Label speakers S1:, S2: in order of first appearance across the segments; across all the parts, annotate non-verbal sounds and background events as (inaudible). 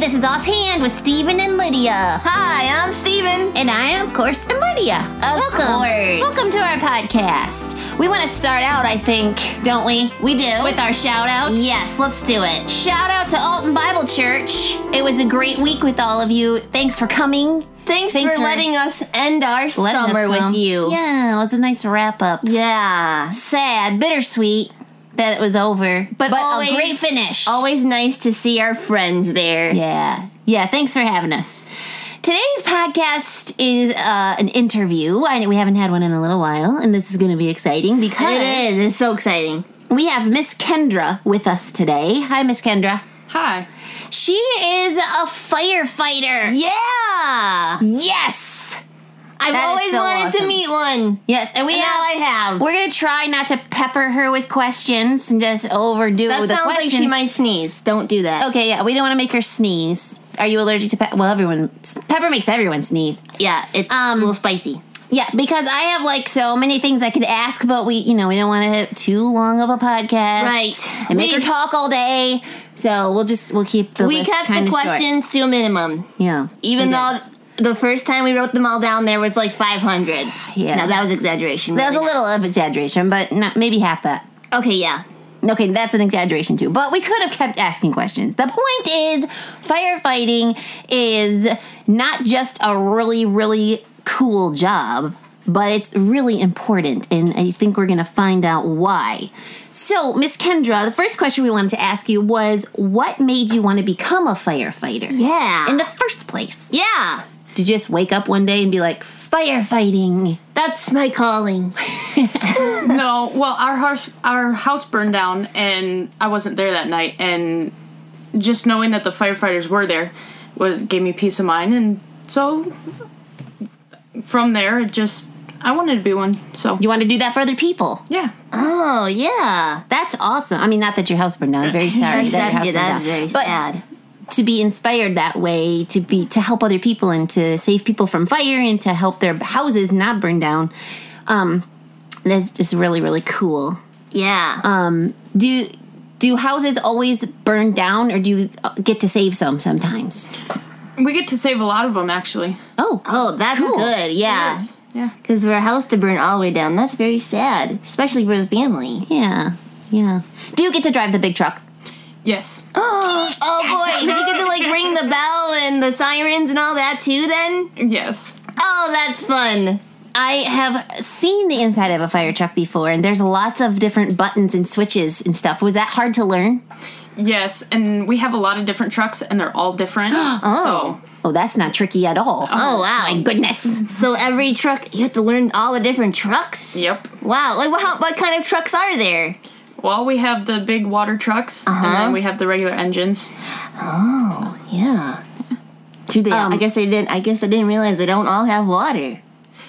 S1: This is Offhand with Steven and Lydia.
S2: Hi, I'm Steven.
S1: And I am, of course, the Lydia.
S2: Of
S1: Welcome.
S2: course.
S1: Welcome to our podcast. We want to start out, I think, don't we?
S2: We do.
S1: With our shout out.
S2: Yes, let's do it.
S1: Shout out to Alton Bible Church. It was a great week with all of you. Thanks for coming.
S2: Thanks,
S1: Thanks
S2: for,
S1: for
S2: letting us end our
S1: Letting us
S2: summer
S1: come.
S2: with you.
S1: Yeah, it was a nice wrap up.
S2: Yeah.
S1: Sad, bittersweet that it was over,
S2: But
S1: a
S2: always-
S1: great finish.
S2: Always nice to see our friends there.
S1: (laughs) Yeah. Yeah. Thanks for having us. Today's podcast is uh, an interview. I know we haven't had one in a little while, and this is going to be exciting because
S2: It is. It's so exciting.
S1: we have Miss Kendra with us today. Hi, Miss Kendra.
S3: Hi.
S1: She is a firefighter.
S2: Yeah.
S1: Yes.
S2: I've
S1: That is
S2: always
S1: so
S2: wanted to
S1: awesome.
S2: meet one.
S1: Yes, and we
S2: And now
S1: have.
S2: I have.
S1: We're gonna try not to pepper her with questions and just overdo it
S2: That
S1: with the
S2: sounds like
S1: questions.
S2: she might sneeze. Don't do that.
S1: okay, yeah, we don't want to make her sneeze. Are you allergic to pepper? Well, everyone pepper makes everyone sneeze.
S2: Yeah, it's
S1: Um,
S2: a little spicy.
S1: Yeah, because I have like so many things I could ask, but we, you know, we don't want to have too long of a podcast,
S2: Right.
S1: And make
S2: We-
S1: her talk all day. So we'll just we'll keep the
S2: We
S1: list
S2: kept
S1: kinda
S2: the
S1: short.
S2: questions to a minimum.
S1: Yeah,
S2: Even
S1: we did.
S2: though the first time we wrote them all down, there was like 500.
S1: Yeah.
S2: Now that was exaggeration.
S1: that was a
S2: really.
S1: little of exaggeration, but not maybe half that.
S2: Okay, yeah.
S1: Okay, that's an exaggeration too, but we could have kept asking questions. The point is, firefighting is not just a really, really cool job, but it's really important, and I think we're gonna find out why. So, Miss Kendra, the first question we wanted to ask you was what made you want to become a firefighter?
S2: Yeah.
S1: In the first place?
S2: yeah.
S1: Did you just wake up one day and be like, firefighting?
S2: That's my calling.
S3: No, well, our house our house burned down, and I wasn't there that night. And just knowing that the firefighters were there was gave me peace of mind. And so from there, it just I wanted to be one. So
S1: You want to do that for other people?
S3: yeah,
S2: Oh, yeah.
S1: That's awesome. I mean, not that your house burned down. I'm very sorry that your house burned
S2: That's
S1: down.
S2: very
S1: but
S2: sad.
S1: to be inspired that way, to be to help other people and to save people from fire and to help their houses not burn down, um, that's just really really cool.
S2: Yeah.
S1: Um, do do houses always burn down, or do you uh, get to save some sometimes?
S3: we get to save a lot of them actually.
S1: Oh,
S2: oh, that's
S1: cool.
S2: good. Yeah.
S3: Yes. Yeah.
S2: Because for a house to burn all the way down, that's very sad, especially for the family.
S1: yeah, yeah. Do you get to drive the big truck?
S3: Yes.
S2: Oh, (laughs) oh boy. Did you get to like ring the bell and the sirens and all that too then?
S3: Yes.
S2: Oh, that's fun.
S1: I have seen the inside of a fire truck before, and there's lots of different buttons and switches and stuff. Was that hard to learn?
S3: Yes. And we have a lot of different trucks, and they're all different. So
S1: (gasps) Oh, that's not tricky at all.
S2: Oh, wow.
S1: my goodness.
S2: So every truck, you have to learn all the different trucks?
S3: yep.
S2: Wow. Like, what, how, what kind of trucks are there?
S3: Well, we have the big water trucks, and
S1: Uh-huh.
S3: then we have the regular engines.
S2: Yeah. True, they,
S1: Um,
S2: I guess they didn't. I guess I didn't realize they don't all have water.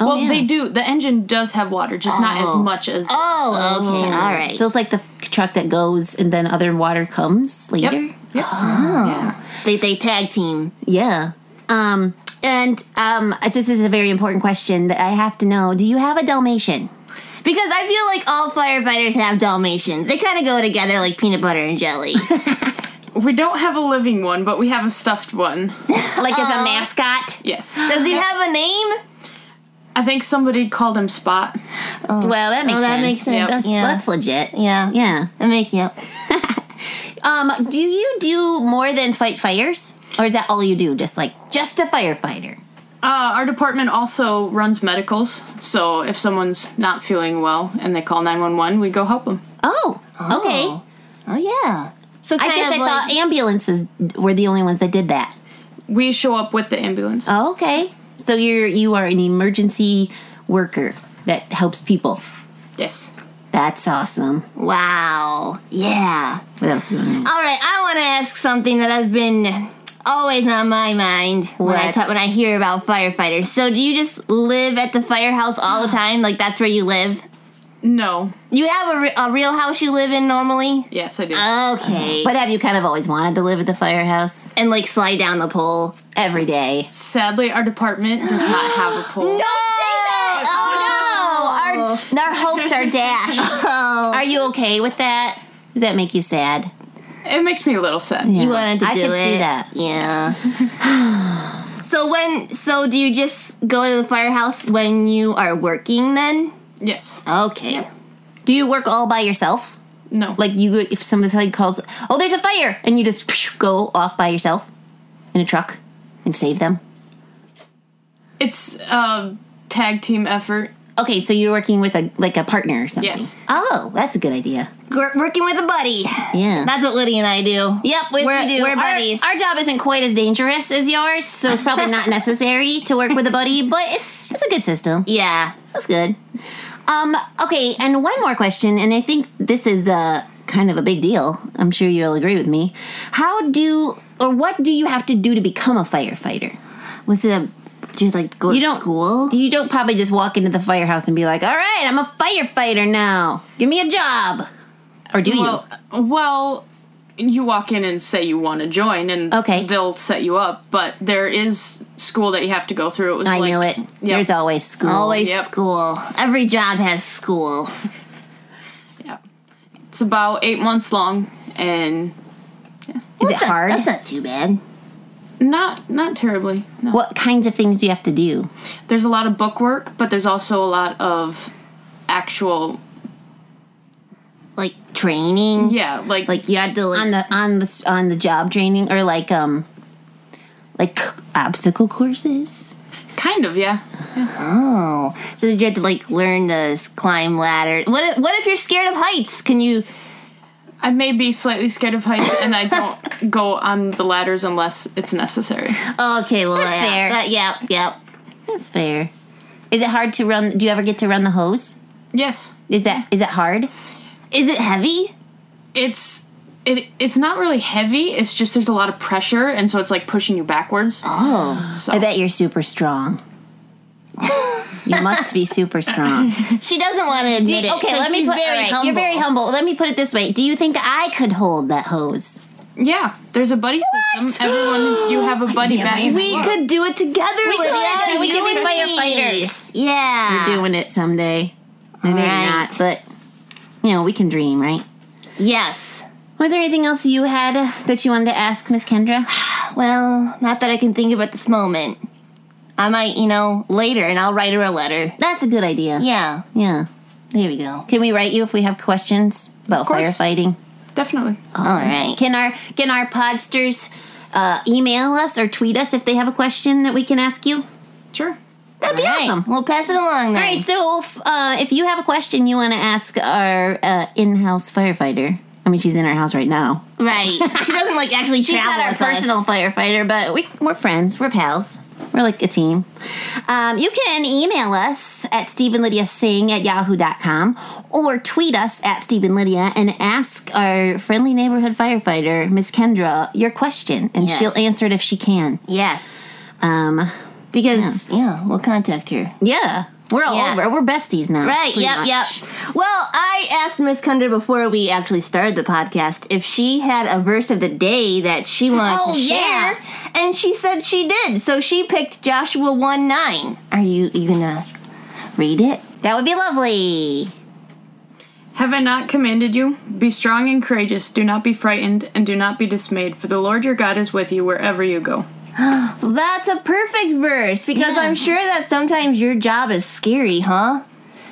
S3: well,
S1: yeah.
S3: they do. The engine does have water, just not as
S2: Oh.
S3: much as.
S2: Oh, okay, all right.
S1: So
S2: So
S1: it's like the f- truck that goes and then other water comes
S3: Yep.
S1: later.
S3: Yep. Yeah.
S2: they they tag team.
S1: Yeah. Um and um it's just this is a very important question that I have to know. Do you have a Dalmatian?
S2: Because I feel like all firefighters have Dalmatians. They kind of go together like peanut butter and
S1: (laughs)
S2: jelly.
S3: We don't have a living one, but we have a stuffed one.
S1: Like as a mascot?
S3: Yes.
S2: Does he have a name?
S3: I think somebody called him Spot.
S1: Well, that makes
S2: Oh, that
S1: sense.
S2: makes sense.
S1: That's,
S2: Yeah.
S1: that's legit.
S2: Yeah.
S1: Yeah.
S2: I make yep.
S1: Um do you do more than fight fires? Or is that all you do? Just like just a firefighter?
S3: Uh, our department also runs medicals, so if someone's not feeling well and they call 911, we go help them.
S1: Oh, okay.
S2: Oh yeah. So kind
S1: I guess
S2: of
S1: I
S2: like,
S1: thought ambulances were the only ones that did that.
S3: We show up with the ambulance.
S1: Oh, okay. So you're you are an emergency worker that helps people.
S3: Yes.
S1: That's awesome.
S2: wow. Yeah.
S1: What else do you want to
S2: All right. I want to ask something that has been always on my mind when I
S1: What?
S2: ta- when I hear about firefighters. So do you just live at the firehouse
S1: (gasps)
S2: all the time? Like that's where you live?
S3: No.
S2: You have a, re- a real house you live in normally?
S3: Yes, I do.
S2: Uh. Okay.
S1: But have you kind of always wanted to live at the firehouse
S2: and like slide down the pole.
S1: every day?
S3: Sadly, our department does not have a pool.
S1: Oh, our, our hopes are dashed. Are you okay with that? Does that make you sad?
S3: It makes me a little sad.
S2: You wanted to
S1: I
S2: do
S1: can
S2: it.
S1: see that.
S2: Yeah. (laughs) so when so do you just go to the firehouse when you are working then?
S3: Yes.
S1: Uh.
S2: Okay.
S1: Do you work all by yourself?
S3: No.
S1: Like you, if somebody calls, oh, there's a fire, and you just psh, go off by yourself in a truck and save them.
S3: it's a tag team effort.
S1: Okay, so you're working with a like a partner or something.
S3: Yes.
S1: Oh, that's a good idea.
S2: Gr- working with a buddy.
S1: Yeah.
S2: That's what Liddy and I do.
S1: yep. We're,
S2: we're-
S1: we do.
S2: we're
S1: Our-
S2: buddies.
S1: Our, job isn't quite as dangerous as yours, so it's probably
S2: (laughs)
S1: not necessary to work with a buddy, but it's it's a good system.
S2: Yeah.
S1: That's good. Um, okay, and one more question, and I think this is uh, kind of a big deal. I'm sure you'll agree with me. How do or what do you have to do to become a firefighter?
S2: Was it a did you like go
S1: You
S2: to
S1: don't
S2: school?
S1: You don't probably just walk into the firehouse and be like, "All right, I'm a firefighter now. Give me a job." Or do
S3: Well, well, you walk in and say you want to join, and
S1: Okay.
S3: they'll set you up. But there is school that you have to go through. It was
S1: you? I
S3: like,
S1: knew it. There's always school.
S2: Always
S3: Yep.
S2: school. Every job has school.
S3: Yeah. It's about eight months long, and
S1: Is it hard?
S2: That's not too bad.
S3: not not terribly. No.
S1: What kinds of things do you have to do?
S3: There's a lot of book work, but there's also a lot of actual.
S2: Like training.
S3: Yeah, like
S2: Like you had to like
S1: on the on the on the job training or like um like obstacle courses?
S3: kind of yeah.
S2: Oh, so did you have to like learn to s- climb ladders? What if, what if you're scared of heights? Can you?
S3: I may be slightly scared of heights, and I don't go on the ladders unless it's necessary.
S2: oh, Okay, well
S1: That's
S2: yeah,
S1: fair.
S2: That, yep, yep.
S1: That's fair. Is it hard to run? Do you ever get to run the hose?
S3: Yes,
S1: Is that is it hard?
S2: Is it heavy?
S1: (laughs)
S3: it's it it's not really heavy. It's just there's a lot of pressure, and so it's like pushing you backwards.
S1: Oh,
S3: So
S1: I bet you're super strong. you must be super (laughs) strong.
S2: She doesn't want to admit it.
S1: okay,
S2: 'cause
S1: let me
S2: she's
S1: put.
S2: very
S1: all right,
S2: humble.
S1: you're very humble. Let me put it this way: Do you think I could hold that hose?
S3: yeah, there's a buddy system. Everyone, you have a buddy back.
S2: We could do it together, we Lydia.
S1: could. We
S2: You
S1: could be
S2: and me.
S1: firefighters.
S2: Yeah.
S1: Doing it someday, Or maybe
S2: Alright.
S1: not. But you know, we can dream, right?
S2: Yes.
S1: Was there anything else you had that you wanted to ask Miss Kendra?
S2: Well, not that I can think of at this moment. I might, you know, later, and I'll write her a letter.
S1: That's a good idea.
S2: Yeah.
S1: yeah.
S2: There we go.
S1: Can we write you if we have questions about
S3: course.
S1: firefighting?
S3: definitely.
S1: Oh.
S2: All right.
S1: Can our can our podsters uh, email us or tweet us if they have a question that we can ask you?
S3: Sure.
S1: That'd be awesome.
S2: We'll pass it along then.
S1: All right, so if, uh, if you have a question you want to ask our uh, in-house firefighter, I mean she's in our house right now.
S2: Right. She doesn't like actually
S1: (laughs) She's
S2: travel
S1: not our
S2: with us.
S1: personal firefighter, but we, we're friends. We're pals. We're like a team. Um, you can email us at StephenLydiaSing at yahoo.com or tweet us at Stephen Lydia and ask our friendly neighborhood firefighter, Miss Kendra, your question, and
S2: Yes.
S1: she'll answer it if she can.
S2: Yes.
S1: Um,
S2: Because yeah, we'll contact her.
S1: yeah, we're all
S2: Yeah.
S1: over. We're besties now.
S2: Right.
S1: pretty
S2: yep.
S1: much.
S2: Yep. Well, I asked Miss Kunder before we actually started the podcast if she had a verse of the day that she wanted
S1: Oh,
S2: to
S1: yeah.
S2: share, and she said she did. So she picked Joshua one nine. Are you you gonna read it?
S1: That would be lovely.
S3: Have I not commanded you? Be strong and courageous. Do not be frightened, and do not be dismayed, for the Lord your God is with you wherever you go.
S2: That's a perfect verse because I'm sure that sometimes your job is scary, huh?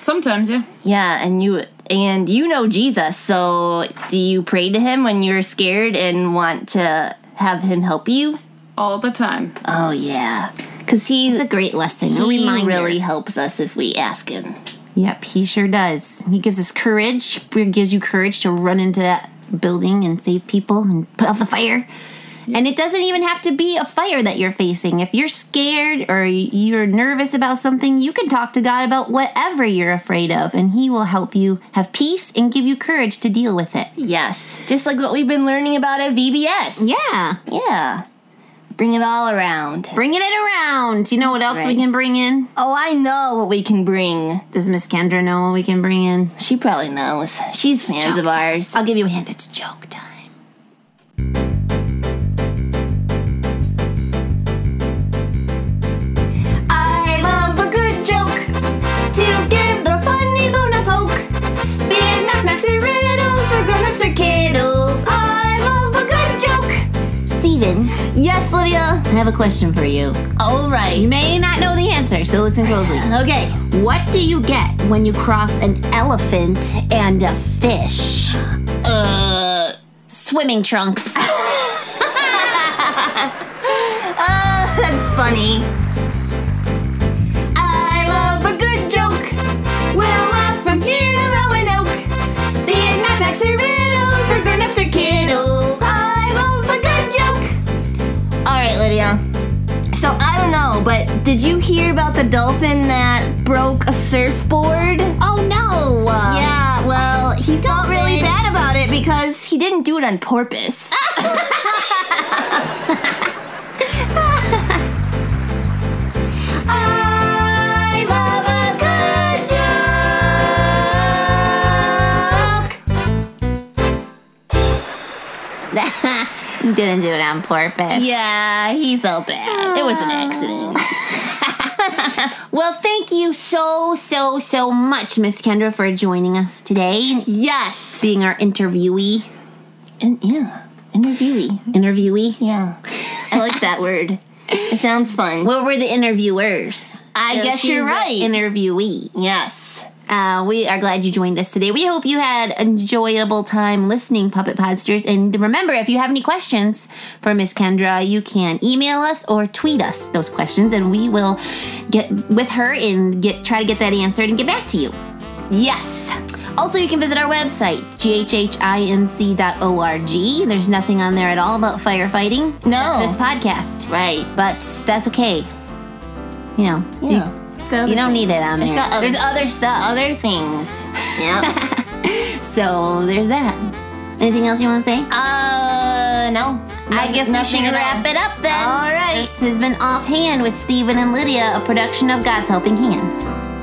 S3: Sometimes, yeah.
S2: Yeah, and you and you know Jesus, so do you pray to him when you're scared and want to have him help you?
S3: All the time.
S2: Oh yeah, because he
S1: It's a great lesson. a
S2: he
S1: reminder.
S2: really helps us if we ask him.
S1: Yep, he sure does. He gives us courage. He gives you courage to run into that building and save people and put out the fire. And it doesn't even have to be a fire that you're facing. If you're scared or you're nervous about something, you can talk to God about whatever you're afraid of, and He will help you have peace and give you courage to deal with it.
S2: Yes, just like what we've been learning about at VBS.
S1: Yeah,
S2: Yeah, bring it all around.
S1: bringing it around. You know what else we
S2: Right.
S1: can bring in?
S2: Oh, I know what we can bring.
S1: Does Miss Kendra know what we can bring in?
S2: She probably knows. She's fans of
S1: joke time.
S2: ours.
S1: I'll give you a hint. It's joke time.
S2: I love a good joke to give the funny bone a poke. Be it knickknacks or riddles for grown-ups or kiddles. I love
S1: have a question for you.
S2: All
S1: You
S2: right.
S1: may not know the answer, so listen closely.
S2: (laughs) Okay.
S1: What do you get when you cross an elephant and a fish? Oh,
S2: Uh,
S1: Swimming (laughs) trunks.
S2: uh, that's funny.
S1: I love a good joke. Well, up from here to Roanoke. Be it knockbacks or riddles for grown-ups or kiddles. I love a good joke.
S2: All right, Lydia. So I don't know, but did you hear about the dolphin that broke a surfboard?
S1: Oh no!
S2: Yeah, well, he felt really bad about it because he didn't do it on purpose.
S1: I love a good joke. Didn't do it on purpose.
S2: Yeah, he felt bad. It was an accident.
S1: Well, thank you so, so, so much, Miss Kendra, for joining us today,
S2: Yes.
S1: being our interviewee.
S2: And yeah, interviewee.
S1: Interviewee?
S2: Yeah, I like that word. It sounds fun.
S1: Well, we're the interviewers.
S2: I guess
S1: she's
S2: you're
S1: the
S2: right.
S1: Interviewee.
S2: yes.
S1: Uh, we are glad you joined us today. We hope you had enjoyable time listening, Puppet Podsters. And remember, if you have any questions for Miss Kendra, you can email us or tweet us those questions, and we will get with her and get try to get that answered and get back to you.
S2: Yes.
S1: Also, you can visit our website, ghhinc.org. There's nothing on there at all about firefighting.
S2: No.
S1: This podcast.
S2: Oh. Right.
S1: But that's okay. You know,
S2: Yeah.
S1: you, you don't need it on there.
S2: got other-
S1: there's other stuff.
S2: other things. Yeah.
S1: So there's that. Anything else you want to say?
S2: (laughs) uh, no.
S1: I guess we should
S2: nothing at all.
S1: wrap it up then.
S2: All right.
S1: This has been Offhand with Stephen and Lydia, a production of God's Helping Hands.